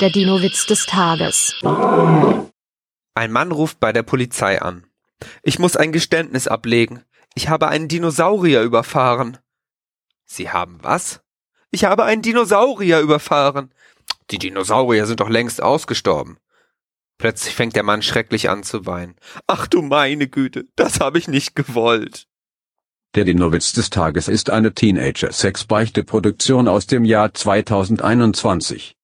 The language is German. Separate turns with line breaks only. Der Dino-Witz des Tages.
Ein Mann ruft bei der Polizei an. Ich muss ein Geständnis ablegen. Ich habe einen Dinosaurier überfahren. Sie haben was? Ich habe einen Dinosaurier überfahren. Die Dinosaurier sind doch längst ausgestorben. Plötzlich fängt der Mann schrecklich an zu weinen. Ach du meine Güte, das habe ich nicht gewollt.
Der Dinowitz des Tages ist eine Teenager-Sex-Beichte-Produktion aus dem Jahr 2021.